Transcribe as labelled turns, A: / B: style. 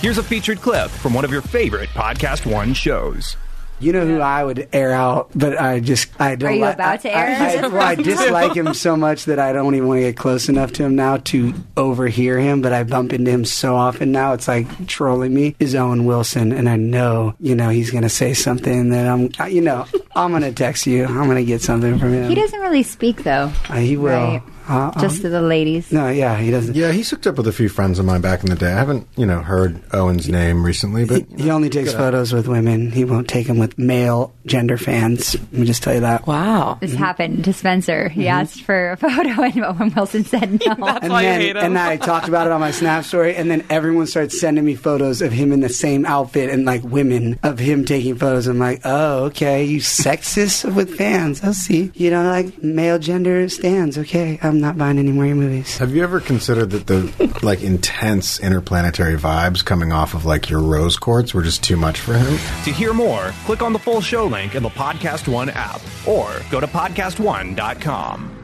A: Here's a featured clip from one of your favorite Podcast One shows.
B: You know who I would air out, but I just I don't.
C: Are you
B: li-
C: about
B: I-
C: to air
B: I,
C: him?
B: I- well, I dislike him so much that I don't even want to get close enough to him now to overhear him. But I bump into him so often now, it's like trolling me. Is Owen Wilson, and I know you know he's going to say something that I'm. I- You know, I'm going to text you. I'm going to get something from him.
C: He doesn't really speak though.
B: Uh, he will.
C: Right.
B: Uh, uh,
C: Just to the ladies.
B: no, yeah, he doesn't.
D: Yeah, he's hooked up with a few friends of mine back in the day. I haven't, you know, heard Owen's name recently, but
B: He, he only takes photos with women. He won't take them with male gender fans. Let me just tell you that.
E: Wow.
B: mm-hmm.
C: This happened to Spencer. He asked for a photo, and Owen Wilson said no.
E: That's
B: and
E: why
B: then,
E: I hate him.
B: and I talked about it on my Snap story, and then everyone started sending me photos of him in the same outfit and like women of him taking photos. I'm like, oh, okay, you sexist with fans. I see. You don't like male gender stands. Okay, I'm not buying any more of your movies.
D: have you ever considered that the like intense interplanetary vibes coming off of like your rose quartz were just too much for him?
A: To hear more, click on the full show link in the Podcast One app or go to podcastone.com.